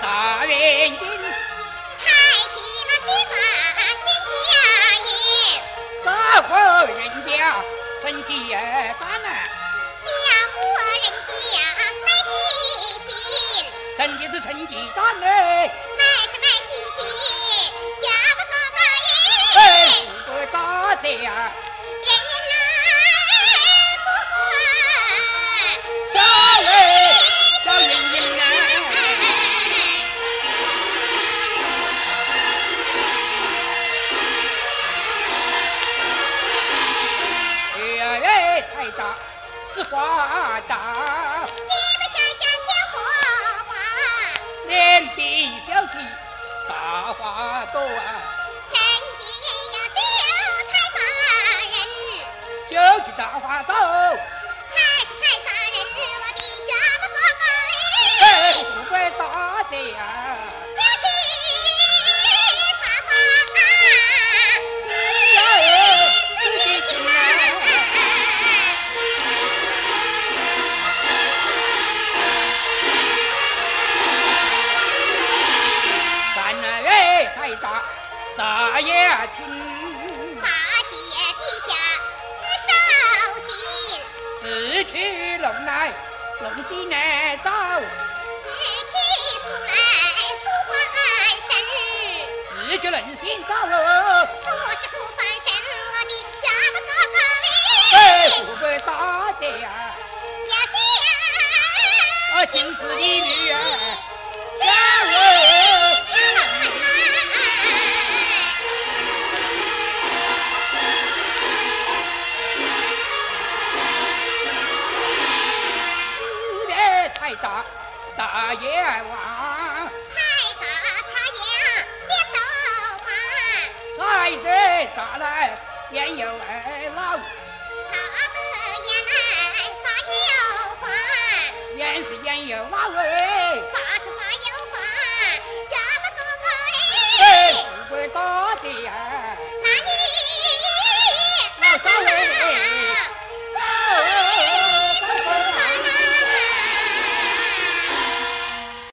哎原因，大国人家很简单呐，真的是成绩单嘞，哎，五个大家小嘞小云云呐，哎哎，菜渣是花渣，脸皮小气大花朵啊，就是大花朵，哎，五个大家。咱那哎太大，大也听，自去龙来，龙西南走，自去人心走喽。哎，不会大的呀，啊，金丝的女呀，呀喂，子的太大，大爷王，太子打来年有二老，年是年有老哎。